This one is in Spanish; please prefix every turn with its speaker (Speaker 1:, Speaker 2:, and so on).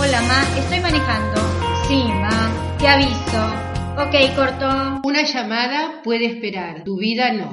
Speaker 1: Hola, ma, estoy manejando. Sí, ma, te aviso. Ok, corto.
Speaker 2: Una llamada puede esperar, tu vida no.